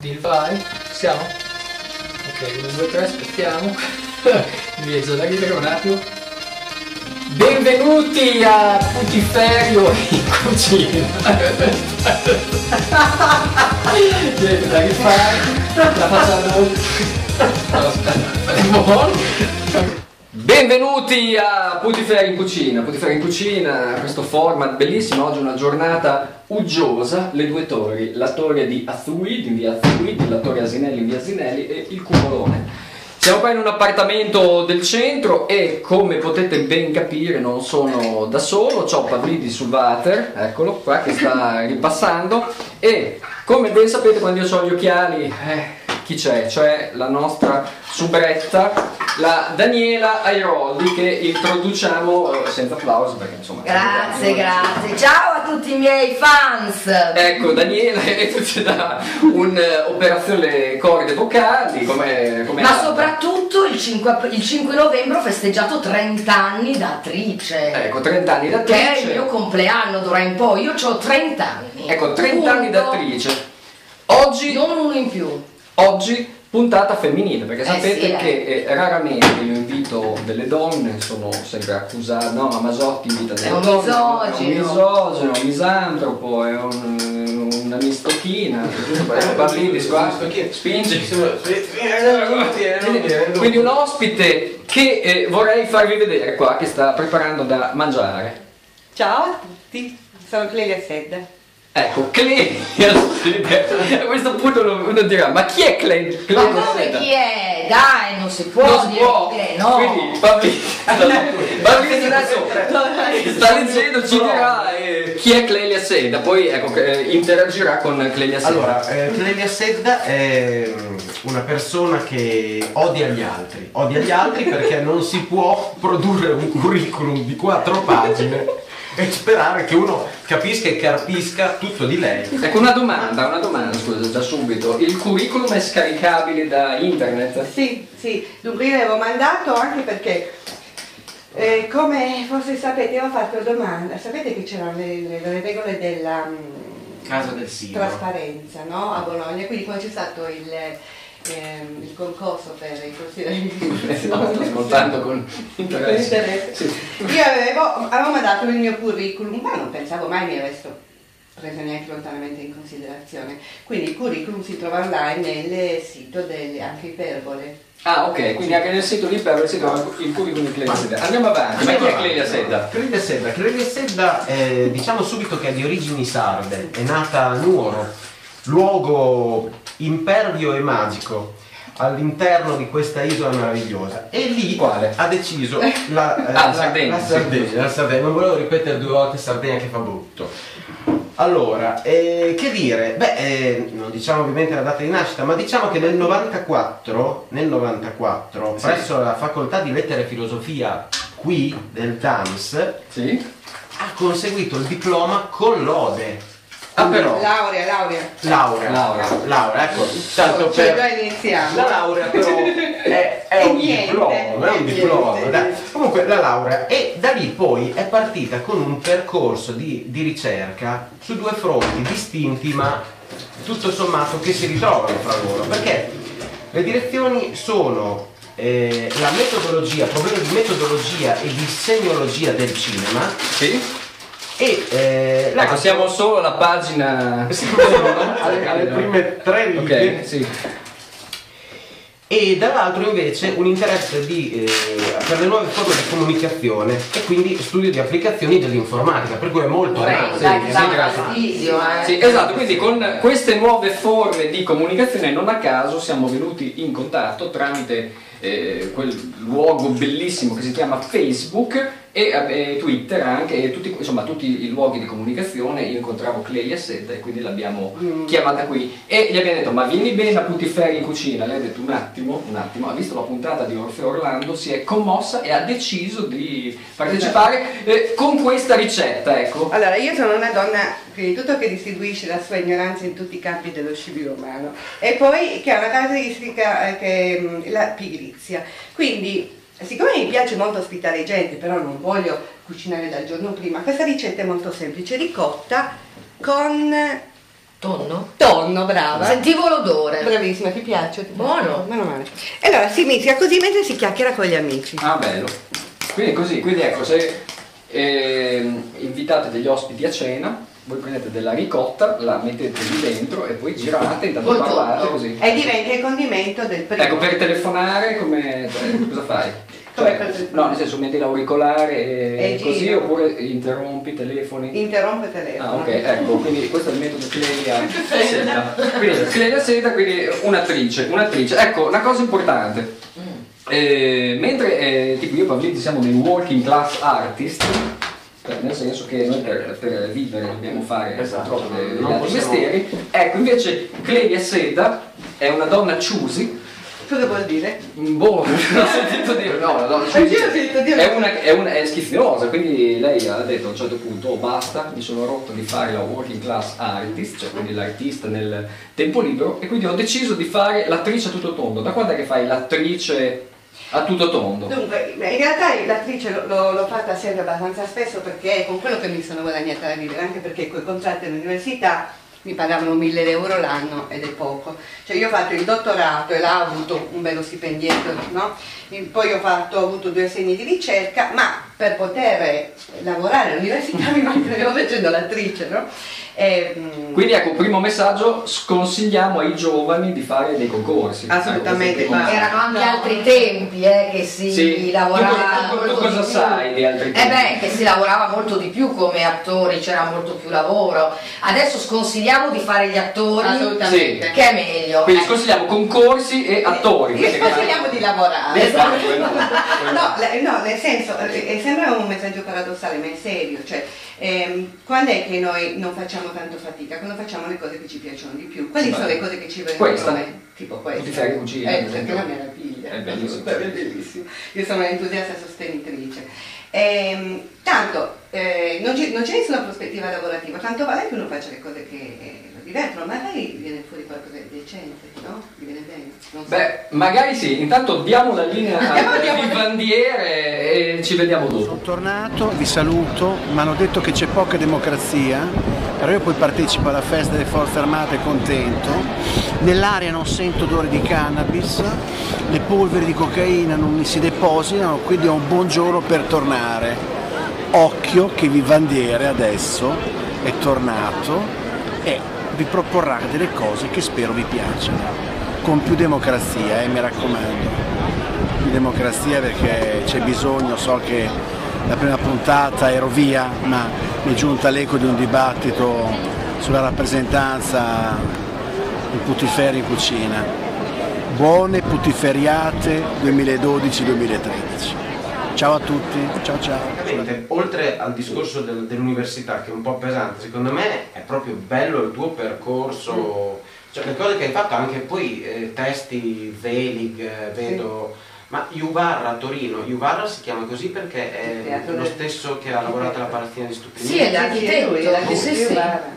Bill vai, siamo? Ok, 1, 2, 3, aspettiamo. Mi viene già da ridere un attimo. Benvenuti a Putiferio in cucina. Niente da rifare, la facciamo. No, aspetta, è buono. Benvenuti a Putiferio in cucina, Putiferio in cucina, questo format bellissimo, oggi è una giornata uggiosa, le due torri, la torre di Azuid in via Azuid, la torre Asinelli in via Asinelli e il Cumolone. Siamo qua in un appartamento del centro e come potete ben capire non sono da solo, c'ho Pavlidi sul water, eccolo qua che sta ripassando e come ben sapete quando io ho gli occhiali, eh, chi c'è? C'è la nostra subretta, la Daniela Airoldi che introduciamo eh, senza applausi perché insomma... Grazie, grazie. Ciao a tutti i miei fans. Ecco, Daniela è venuta da un'operazione corde vocali, come... come Ma altra. soprattutto il 5, ap- il 5 novembre ho festeggiato 30 anni da attrice. Ecco, 30 anni da Che è il attrice. mio compleanno d'ora in poi. Io ho 30 anni. Ecco, 30 anni Punto. d'attrice. Oggi, Non uno in più. oggi puntata femminile, perché Eh sapete sì, eh. che eh, raramente io invito delle donne, sono sempre accusato, no, ma Masotti invita delle È un donne, è un misogino. misogino, un misantropo, è un- eh, una mistochina, parlini qua, spingi. eh, Quindi, quindi un ospite che eh, vorrei farvi vedere qua, che sta preparando da mangiare. Ciao a tutti, sono Clelia Sedda. Ecco, Clay a questo punto uno uno dirà, ma chi è Clay? Ma Clay come Rossetta? chi è? Dai, non si può Non si dire può, chi è, no. quindi Pavlini Pavlini adesso sta leggendo, ci dirà eh, chi è Clelia Seda, poi ecco, eh, interagirà con Clelia Seda. Allora, eh, Clelia Sedda è mm, una persona che odia gli altri. Odia gli altri perché non si può produrre un curriculum di quattro pagine e sperare che uno capisca e carpisca tutto di lei. Ecco una domanda, una domanda, scusa, già subito. Il curriculum è scaricabile da internet? Sì, sì, dunque io avevo mandato anche perché, eh, come forse sapete, ho fatto domanda. Sapete che c'erano le, le- le regole della mm, Casa del Sino. trasparenza no? a Bologna, quindi quando c'è stato il, ehm, il concorso per il consiglio Eh, no, sto ascoltando con interesse. Io avevo, avevo mandato il mio curriculum, ma non pensavo mai mi avessero preso neanche lontanamente in considerazione. Quindi il curriculum si trova online nel sito delle anche Iperbole. Ah, ok, quindi anche nel sito di Perro si trova il curriculum di Clelia Seda. Andiamo avanti, ma chi è Clelia Seda? Clelia Sedda. Clelia Sedda, eh, diciamo subito che è di origini sarde, è nata a Nuoro, luogo impervio e magico all'interno di questa isola meravigliosa. E lì Quale? ha deciso la, eh, Ah, la- Sardegna, la sì. Sardegna, la Sardegna. non volevo ripetere due volte Sardegna che fa brutto. Allora, eh, che dire? Beh, eh, non diciamo ovviamente la data di nascita, ma diciamo che nel 94, nel 94 presso la facoltà di lettere e filosofia qui del TAMS ha Sì? conseguito il diploma con lode. Ah, però. Laurea, laurea. Laurea. Laurea. Laurea, ecco, tanto Cioè, per... già iniziamo. La laurea però è, è È un niente, diploma, è è un niente. diploma. dai. Comunque la laurea e da lì poi è partita con un percorso di, di ricerca su due fronti distinti ma tutto sommato che si ritrovano fra loro. Perché le direzioni sono eh, la metodologia, problemi di metodologia e di segnologia del cinema Sì? e eh, la- Ecco, siamo solo alla pagina... siamo alle, alle prime tre righe. Ok, sì. e dall'altro invece un interesse di, eh, per le nuove forme di comunicazione e quindi studio di applicazioni dell'informatica, per cui è molto Vorrei avanti. dai, sì, che dà sì, grazie. fastidio, eh. Sì, esatto, quindi con queste nuove forme di comunicazione non a caso siamo venuti in contatto tramite eh, quel luogo bellissimo che si chiama Facebook e eh, Twitter anche, e tutti, insomma tutti i luoghi di comunicazione, io incontravo Clelia Sedda e quindi l'abbiamo chiamata qui e gli abbiamo detto ma vieni bene a Putiferri in cucina, lei ha detto un attimo, un attimo, ha visto la puntata di Orfeo Orlando, si è commossa e ha deciso di partecipare eh, con questa ricetta, ecco. Allora, io sono una donna, prima di tutto, che distinguisce la sua ignoranza in tutti i campi dello scibile umano e poi che ha una caratteristica eh, che è la pigrizia. Quindi, siccome mi piace molto ospitare gente, però non voglio cucinare dal giorno prima, questa ricetta è molto semplice, ricotta con Tonno? Tonno, brava. Sentivo l'odore. Bravissima, ti piace? Ti Buono. piace? Meno male. E allora si inizia così mentre si chiacchiera con gli amici. Ah, bello. Quindi è così, quindi ecco, se ehm, invitate degli ospiti a cena, voi prendete della ricotta, la mettete lì dentro e poi girate, intanto Col parlate tonno. Ah, cioè così. E diventa il condimento del primo. Ecco, per telefonare come cioè, cosa fai? Come Cioè, per telefonare? no, nel senso metti l'auricolare e, E così giro. oppure interrompi i telefoni. Interrompe il telefono. Ah ok, ecco, quindi questo è il metodo Clelia Seta. Quindi Clelia Seta, quindi un'attrice, un'attrice. Ecco, una cosa importante. Eh, mentre eh, tipo io e Pavliti siamo dei working class artist, cioè, nel senso che noi per, per vivere dobbiamo fare Esatto, purtroppo dei, dei non altri possiamo- mestieri, ecco invece Clelia Seta è una donna choosy Cosa vuol dire? Boh, non ho sentito dire no, no, no, Anch'io ho sentito dire- è, una, è, una, è schifosa, quindi lei ha detto a un certo punto "Oh, basta, mi sono rotto di fare la working class artist, cioè quindi l'artista nel tempo libero, e quindi ho deciso di fare l'attrice a tutto tondo. Da quando è che fai l'attrice a tutto tondo? Dunque, in realtà l'attrice lo- lo- l'ho fatta sempre abbastanza spesso perché è con quello che mi sono guadagnata da vivere, anche perché con i contratti all'università mi pagavano 1000 euro l'anno ed è poco. Cioè io ho fatto il dottorato e là ho avuto un bello stipendietto, no? In- Poi ho, fatto, ho avuto due assegni di ricerca, ma per poter lavorare all'università mi mantenevo facendo l'attrice, no? E, mm, Quindi ecco, primo messaggio, sconsigliamo ai giovani di fare dei concorsi. Assolutamente, Ecco, questo è il primo ma- messaggio. Erano anche altri tempi eh, che si Sì. lavorava Tu- tu- tu- tu molto cosa di più. sai di altri tempi? Eh beh, che si lavorava molto di più come attori, c'era molto più lavoro. Adesso sconsigliamo di fare gli attori, Assolutamente. che è meglio. Quindi Eh. sconsigliamo concorsi e attori. Io quindi che- sconsigliamo di lavorare. Esatto, quello- quello- No, le- no, nel senso, eh, eh, sembra un messaggio paradossale, ma è serio, cioè, ehm, quando è che noi non facciamo tanto fatica? Quando facciamo le cose che ci piacciono di più? Quali Sì, sono beh. le cose che ci vengono Questa. bene? Tipo questa. Ti fai la cucina, Eh, ad esempio. è una meraviglia. È bellissimo. certo. È bellissimo. Io sono un'entusiasta sostenitrice. Ehm, tanto, eh, non, ci- non c'è nessuna prospettiva lavorativa, tanto vale che uno faccia le cose che eh, lo divertono, magari viene fuori qualcosa di decente, no? Gli viene bene. non so. Beh, magari sì, intanto diamo la linea al Diamo- vivandiere e ci vediamo dopo. Sono tornato, vi saluto, mi hanno detto che c'è poca democrazia, però io poi partecipo alla festa delle forze armate contento, nell'aria non sento odore di cannabis, le polveri di cocaina non mi si depositano, quindi ho un buon giorno per tornare. Occhio che Vivandiere adesso è tornato e vi proporrà delle cose che spero vi piacciono. Con più democrazia, eh, mi raccomando di democrazia perché c'è bisogno, so che la prima puntata ero via, ma mi è giunta l'eco di un dibattito sulla rappresentanza di putiferi in cucina. Buone putiferiate 2012-2013. Ciao a tutti, ciao ciao. Veramente, Oltre al discorso del- dell'università, che è un po' pesante, secondo me è proprio bello il tuo percorso, cioè le cose che hai fatto anche poi, eh, testi, Velig, eh, vedo, ma Iuvarra a Torino, Iuvarra si chiama così perché Il è teatro lo del- stesso che ha lavorato alla palazzina di stupidità. Sì, è la- L'architetto, Sì, sì, è sì, sì. guarda.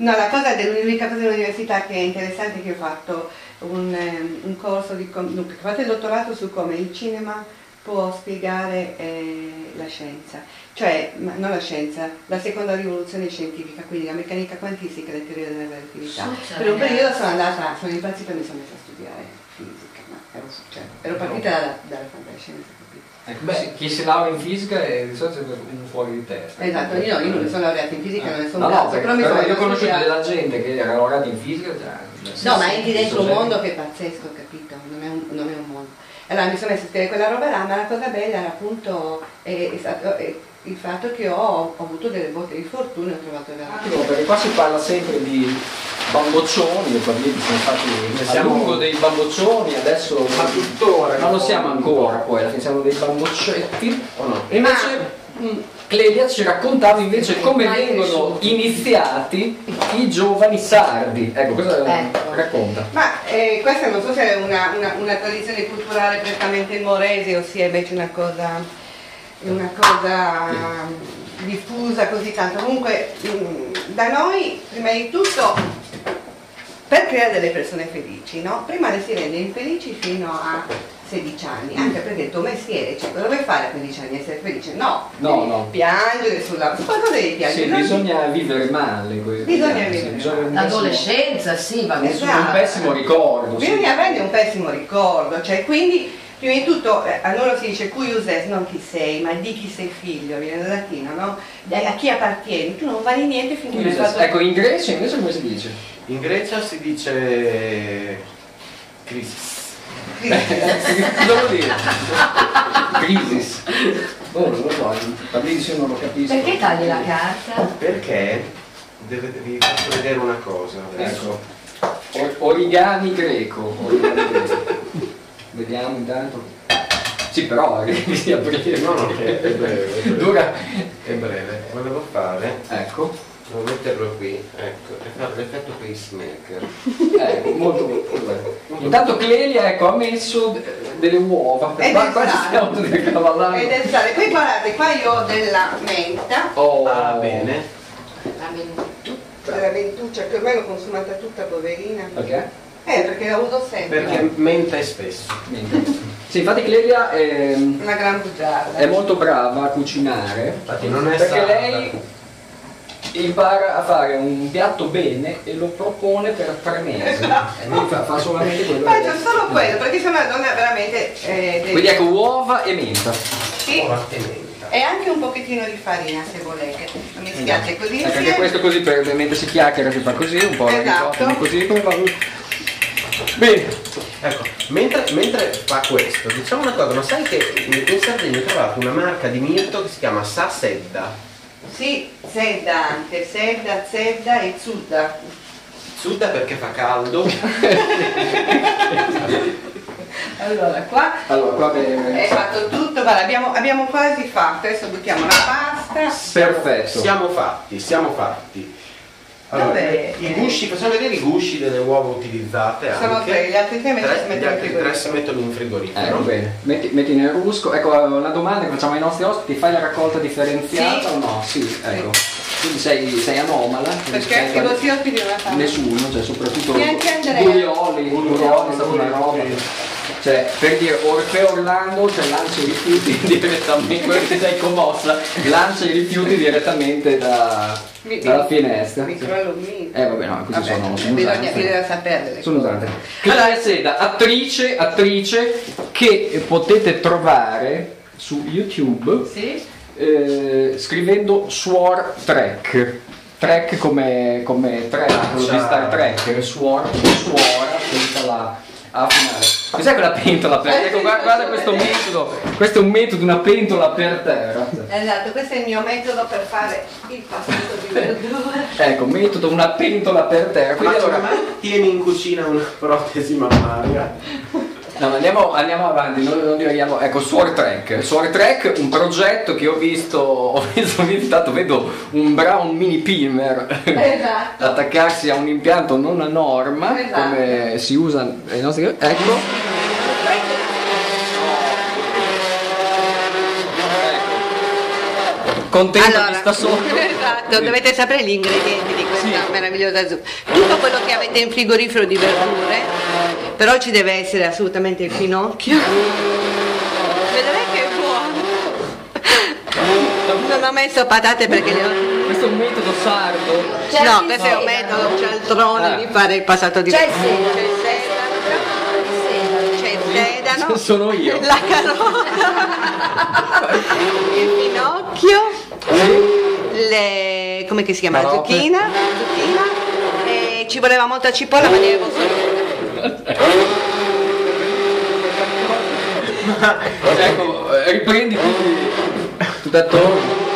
No, la cosa dell'unica cosa dell'università che è interessante è che ho fatto un, ehm, un corso di com- dunque, ho fatto il dottorato su come il cinema può spiegare eh, la scienza, cioè ma non la scienza, la seconda rivoluzione scientifica, quindi la meccanica quantistica e la teoria della relatività. Sozza, per un ragazzi. periodo sono andata, sono impazzita e mi sono messa a studiare fisica, ma ero, cioè, ero partita dalla, dalla fantascienza, capito? Ecco, sì, chi si laurea in fisica è di solito sempre un fuori di testa. Esatto, io, io non mi sono laureata in fisica, non ne sono Eh, No, no, caso, perché, però mi però sono io ho conosciuto studiata. della gente che era laureata in cioè, fisica già. No, ma entri dentro un Sì, sì. mondo che è pazzesco, capito? Non è un, non è un mondo. Allora mi sono messa a studiare quella roba là, ma la cosa bella era appunto eh, è stato- eh, il fatto che ho, ho avuto delle botte di fortuna, ho trovato la Attimo, Perché qua si parla sempre di bamboccioni, e bambini sono Ne fatti a siamo- lungo dei bamboccioni, adesso Ma tuttora, non lo no? siamo ancora poi, alla fine siamo dei bamboccetti o no? E invece mh, Clelia ci raccontava invece come Mai vengono cresciuti. iniziati i giovani sardi. Ecco, cosa Ecco. racconta? Ma eh, questa non so se è una, una- una tradizione culturale prettamente morese o se è invece una cosa, una cosa mm, diffusa così tanto. Comunque mm, da noi prima di tutto per creare delle persone felici, no? Prima le si rende infelici fino a 16 anni, anche perché il tuo mestiere, cioè, cosa vuoi fare a 15 anni? Essere felice? No, No, devi no. piangere sulla... qualcosa devi Sì, piangere. non- bisogna vivere male. que- Bisogna sì, vivere bisogna male. un pessimo- L'adolescenza, sì, va Esatto. Un misurata. pessimo ricordo. sì. Bisogna averne un pessimo ricordo, cioè quindi prima di tutto eh, a loro si dice cui uses, non chi sei, ma di chi sei figlio, viene dal latino, no? Da- A chi appartieni, tu non vali niente finché non hai fatto... Ecco, in Grecia invece come si dice? In Grecia si dice crisis. Cosa vuol dire? Crisis. Oh, non lo so, all'inizio non lo capisco. Perché tagli la carta? Perché deve- vi faccio vedere una cosa. adesso. Ecco. O- origami greco. origami greco. Vediamo intanto. Sì, però eh, che sia breve. No, no, è è breve. è breve. Dura. È breve. Volevo fare, Ecco. devo metterlo qui, ecco, e fare l'effetto pacemaker. Ecco, molto molto bello. Intanto Clelia ecco, ha messo eh, delle uova. Ed è Qua, qua ci sale. stiamo esatto, E decavallando. del sale. Poi guardate, qua io ho della menta, Oh, Va Ah, bene. La menù. della cioè, ventuccia che ormai l'ho consumata tutta poverina. Perché? Eh, perché la uso sempre. Perché menta è spesso. Niente. Sì, infatti Clelia ehm, Una gran bugiarda. è molto brava a cucinare. Infatti non è Perché sarda. lei impara a fare un piatto bene e lo propone per tre mesi. Esatto. E lui fa, fa solamente quello. che Faccio deve. solo quello, perché sono una donna veramente... eh, del- Quindi ecco uova e menta. Sì. Forte Oh, menta. E anche un pochettino di farina se volete. Non mi spiace così. Ecco, anche insieme. questo così per, mentre si chiacchiera si fa così, un po' la Esatto. ricotta, così come va. Bene, Ecco, mentre, mentre fa questo, diciamo una cosa, ma sai che in Sardegna ho trovato una marca di mirto che si chiama Sasedda. Sì, sedda anche, sedda, sedda e zudda. Sudda perché fa caldo. Allora qua allora qua bene. è fatto tutto, guarda, abbiamo, abbiamo quasi fatto, adesso buttiamo la pasta. Perfetto. Certo. siamo fatti, siamo fatti. Allora, Vabbè. eh. i gusci, facciamo vedere i gusci delle uova utilizzate anche. Sono tre, gli altri tre invece si Tre- mettono gli in altri tre frigorifero. si mettono in frigorifero. Ecco bene, metti, metti nel rusco, ecco la domanda che facciamo ai nostri ospiti, fai la raccolta differenziata Sì. o no? Sì, ecco. Quindi sei, sei anomala. quindi Perché sei- i vostri ospiti non la fanno. Nessuno, cioè soprattutto Neanche Andrea. Guglioli, Guglioli, Guglioli, è stata una roba. Guglioli. Cioè, per dire Orfeo Orlando cioè, lancia i rifiuti direttamente, quello che sei commossa, lancia i rifiuti direttamente da- Mi- dalla mi- finestra. Mi Eh crollo un vabbè no, queste sono, sono bisogna usanze. bisogna saperle. Sono usate. Clara Seda, attrice, attrice che potete trovare su YouTube Sì? eh, scrivendo Suor Trek. Trek come, come track, quello di Star Trek, Suor, Suora, senza la A finale. Cos'è quella pentola per Eh, sì, Ecco, guarda, guarda questo vedere. metodo, questo è un metodo, una pentola per terra. Esatto, questo è il mio metodo per fare il passato di verdura. Ecco, metodo, una pentola per terra. Ma Quindi allora, ormai tieni in cucina una protesi mammaria. No, ma andiamo, andiamo avanti, non, non divaghiamo. Ecco, Suor Trek. Suor Trek, un progetto che ho visto, ho visto, ho visto- tanto vedo un brown mini pimer Esatto. attaccarsi a un impianto non a norma, Esatto. come si usa nei nostri... Ecco. Contento di sta sotto. esatto, Sì. dovete sapere gli ingredienti di questa Sì. meravigliosa zuppa. Tutto quello che avete in frigorifero di verdure, però ci deve essere assolutamente il finocchio. Vedrai che è buono. Non ho messo patate perché le ho... Questo è un metodo sardo. C'è No, il questo è un sedano. metodo cialtrone Ah. di fare il passato di C'è il verdure. sedano. C'è il sedano, c'è il sedano, Sono io. la carota, il finocchio. le, come che si chiama? La Carote. zucchina, zucchina e ci voleva molta cipolla ma ne avevo solo Ecco, eh, riprendi quindi tutto attorno.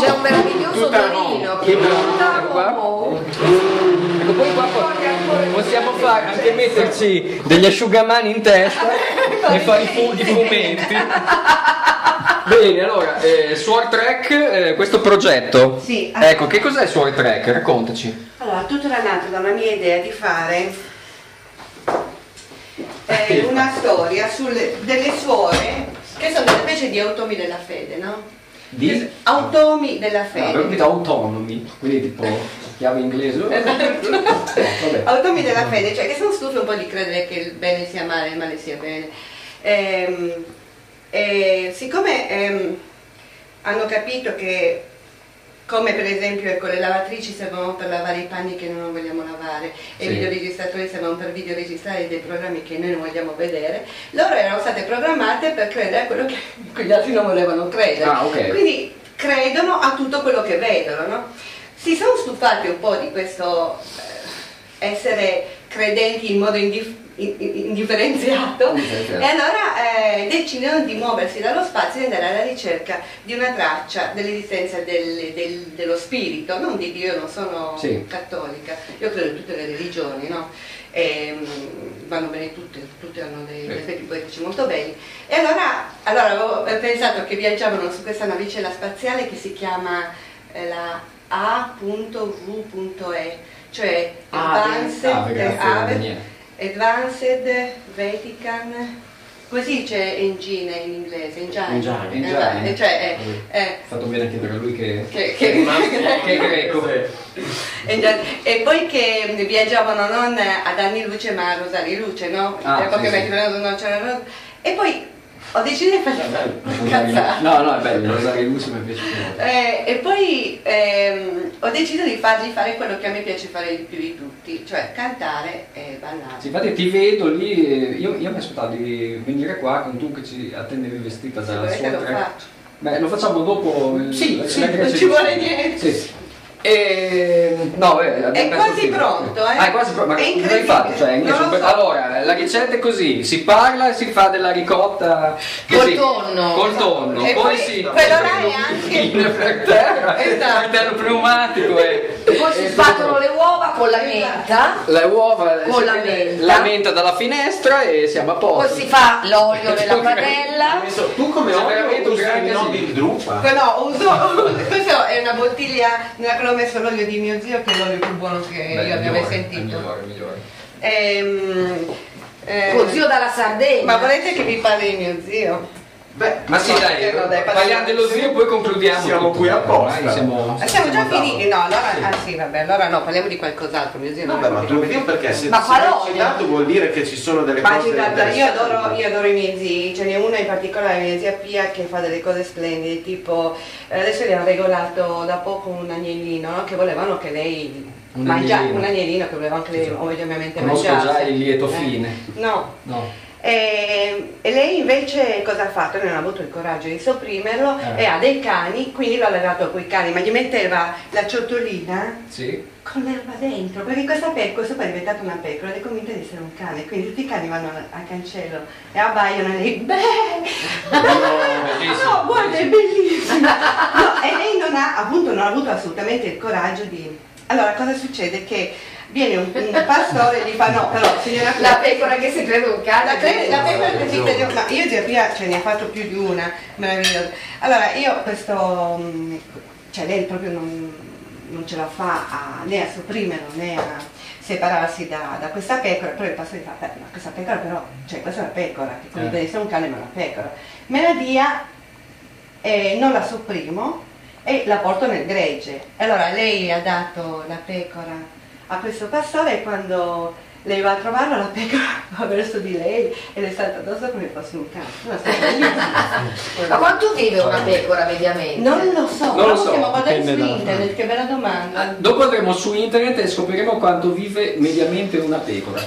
C'è un meraviglioso Tutta dorino no. che Tutta no. monta Ecco qua. oh, Ecco, poi qua po- possiamo fare anche metterci degli asciugamani in testa e fare i, fu- i fumetti. Bene, allora, eh, Suor Trek, eh, questo progetto. Sì. Ecco, che cos'è Suor Trek? Raccontaci. allora tutto era nato da una mia idea di fare eh, una storia sulle, delle suore che sono delle specie di automi della fede no? Di? automi della fede Avevo capito autonomi, quindi tipo chiave inglese. Esatto. Eh, Vabbè. Automi della fede, cioè che sono stufi un po' di credere che il bene sia male e il male sia bene. Ehm, eh, siccome ehm, hanno capito che, come per esempio ecco, le lavatrici servono per lavare i panni che noi non vogliamo lavare e i Sì. videoregistratori servono per videoregistrare dei programmi che noi non vogliamo vedere, loro erano state programmate per credere a quello che gli altri non volevano credere. Ah, ok. Quindi credono a tutto quello che vedono, no? Si sono stufati un po' di questo eh, essere credenti in modo indif- in- in- indifferenziato Indifferenziato. e allora eh, decidono di muoversi dallo spazio e andare alla ricerca di una traccia dell'esistenza del- del- dello spirito, non di Dio, non sono Sì. cattolica, io credo in tutte le religioni, no? Ehm, vanno bene tutte, tutte hanno dei Sì. effetti poetici molto belli. E allora, allora avevo eh, pensato che viaggiavano su questa navicella spaziale che si chiama eh, la A.V.E, cioè Ave. Advanced, Ave, grazie, Ave, Daniele. Advanced Vatican, come si dice engine in inglese? Engine, Engine. Engine. Eh, cioè, eh, eh, Ho fatto bene a chiedere a lui che... che- che- Che greco. E già- E poi che viaggiavano non ad anni luce ma a rosari luce, no? Ah, Perché sì, sì. mettivano- non c'era ros- E poi ho deciso di fare una cazzata. No, no, è bello, Rosario Luce mi piace più. Eh, e poi ehm, ho deciso di fargli fare quello che a me piace fare di più di tutti, cioè cantare e ballare. Sì, infatti ti vedo lì, eh, io, io mi aspettavo di venire qua con tu che ci attendevi vestita Se da volete lo faccio. Beh, lo facciamo dopo. eh, Sì, la- sì, la- la- non ci vuole niente. Sì. E, no, eh, abbiamo È perso quasi il filo. pronto, eh. Ah, è quasi pronto. Ma È come incredibile. hai fatto? Cioè, Non lo super- so. Allora, la ricetta è così: si parla e si fa della ricotta Col così, tonno. Col tonno. E poi si quello là è anche- per terra, Esatto. il terno pneumatico eh. e Poi si e sbattono tutto. le uova con la menta, le uova Con la si prende menta. la menta dalla finestra e siamo a poi posto. si fa l'olio nella padella. Adesso, tu come Sei olio veramente un gran usi il casino. nobile drupa? Que- No, uso, questa è una bottiglia nella quale ho messo l'olio di mio zio che è l'olio più buono che Beh, io abbia mai migliore, sentito. Migliore, migliore. Ehm, ehm, Tuo zio dalla Sardegna. ma volete che vi parli di mio zio? Beh, Ma sì, No, dai, no, dai, parliamo dello zio e poi concludiamo. Siamo tutto. qui apposta. Ormai Siamo, Ah, siamo già siamo a tavola. finiti? No, allora, ah sì, vabbè, allora no, parliamo di qualcos'altro, mio zio non Vabbè, è ma qui. tu vedi perché se Ma se farò l'hai olio. citato vuol dire che ci sono delle eh. Ma cose ci tratta- io interessanti. adoro, io adoro i miei zii, ce n'è uno in particolare, mia zia Pia, che fa delle cose splendide, tipo eh, adesso gli hanno regolato da poco un agnellino, no? che volevano che lei Un mangiasse, agnellino. un agnellino che volevano che lei Sì, sì. ovviamente Conosco mangiasse. già il lieto Eh, fine. No, No. E, e lei invece cosa ha fatto? Non ha avuto il coraggio di sopprimerlo Eh. e ha dei cani, quindi l'ha legato a quei cani, ma gli metteva la ciotolina Sì. con l'erba dentro, perché questa pe- questo poi è diventato una pecora ed è convinta di essere un cane, quindi tutti i cani vanno al al cancello e abbaiano e lei, beh, bellissimo, no, guarda, è bellissimo. No, e lei non ha, appunto, non ha avuto assolutamente il coraggio di... Allora, cosa succede? Che viene un, un pastore e gli fa, no, però, signora La pecora che si crede un cane. la, cre- la pecora che si ragione. crede ma io zia Pia ce ne ha fatto più di una, meravigliosa. Allora io questo, mm, cioè lei proprio non, non ce la fa a- né a sopprimerlo né a separarsi da, da questa pecora, però il pastore fa, "Beh, ma questa pecora però, cioè questa è una pecora, che come Eh. deve essere un cane ma è una pecora. Me la dia, eh, non la sopprimo e la porto nel gregge. Allora lei ha dato la pecora a questo pastore e quando lei va a trovarlo la pecora va verso di lei e le salta addosso come fosse un cane. Una storia bellissima. Ma quanto vive una pecora mediamente? Non lo so, Non però lo so, possiamo guardare su dipende da- internet, che bella domanda. Ah, Dopo andremo su internet e scopriremo quanto vive mediamente una pecora.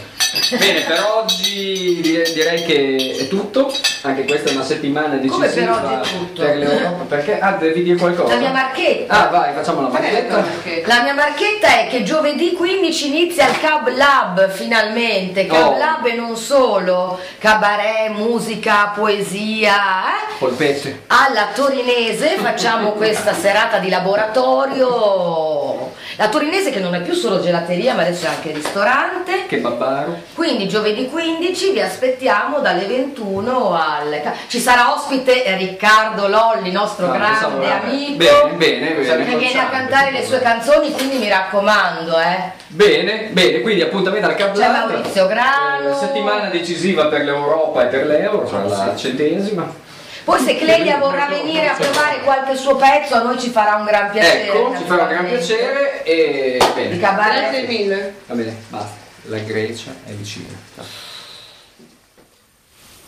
Bene, per oggi dire- direi che è tutto. Anche questa è una settimana Come per decisiva oggi è tutto? per l'Europa. Perché? Ah, devi dire qualcosa. La mia marchetta. Ah, vai, facciamo la Qual è la marchetta. domanda che- La mia marchetta è che giovedì 15 inizia il Cab Lab finalmente, Cab Oh. Lab e non solo, cabaret, musica, poesia, eh? Polpette. Alla Torinese facciamo questa serata di laboratorio. La Torinese che non è più solo gelateria ma adesso è anche ristorante. Che babbaro. Quindi giovedì 15 vi aspettiamo dalle 21 alle... ca- Ci sarà ospite eh, Riccardo Lolli, nostro Ah, pensavo, grande vabbè. amico. Bene, bene, bene. Che viene a cantare le sue canzoni, quindi mi raccomando, eh. Bene, bene, quindi appuntamento al Cap C'è Lab. Maurizio Grano. Eh, settimana decisiva per l'Europa e per l'Euro, cioè la centesima. Poi se Clelia vorrà venire a provare qualche suo pezzo, a noi ci farà un gran piacere. Ecco, ci farà un gran piacere e Di bene. cabaret. Grazie mille. Va bene, basta. La Grecia è vicina.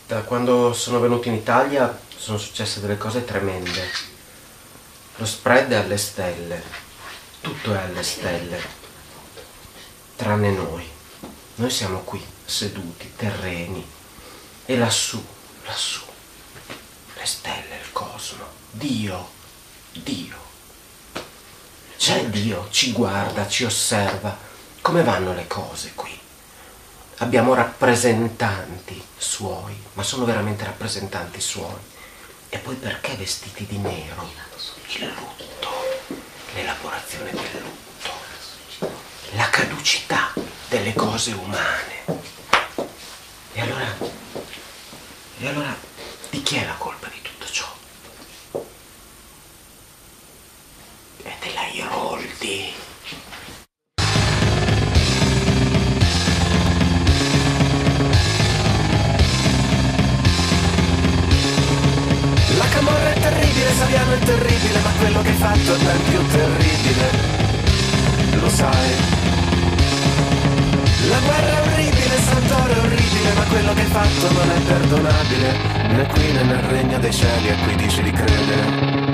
Da quando sono venuto in Italia sono successe delle cose tremende. Lo spread è alle stelle, tutto è alle stelle, tranne noi. Noi siamo qui, seduti, terreni, e lassù, lassù, le stelle, il cosmo, Dio, Dio. C'è Dio, ci guarda, ci osserva. Come vanno le cose qui? abbiamo rappresentanti suoi, ma sono veramente rappresentanti suoi. E poi perché vestiti di nero? Il lutto, l'elaborazione del lutto, la caducità delle cose umane. E allora, e allora, di chi è la colpa di tutto ciò? È della Iroldi. La camorra è terribile, Saviano è terribile, ma quello che hai fatto è ben più terribile. Lo sai. La guerra è orribile, Santoro è orribile, ma quello che hai fatto non è perdonabile. Né qui né nel regno dei cieli a cui dici di credere.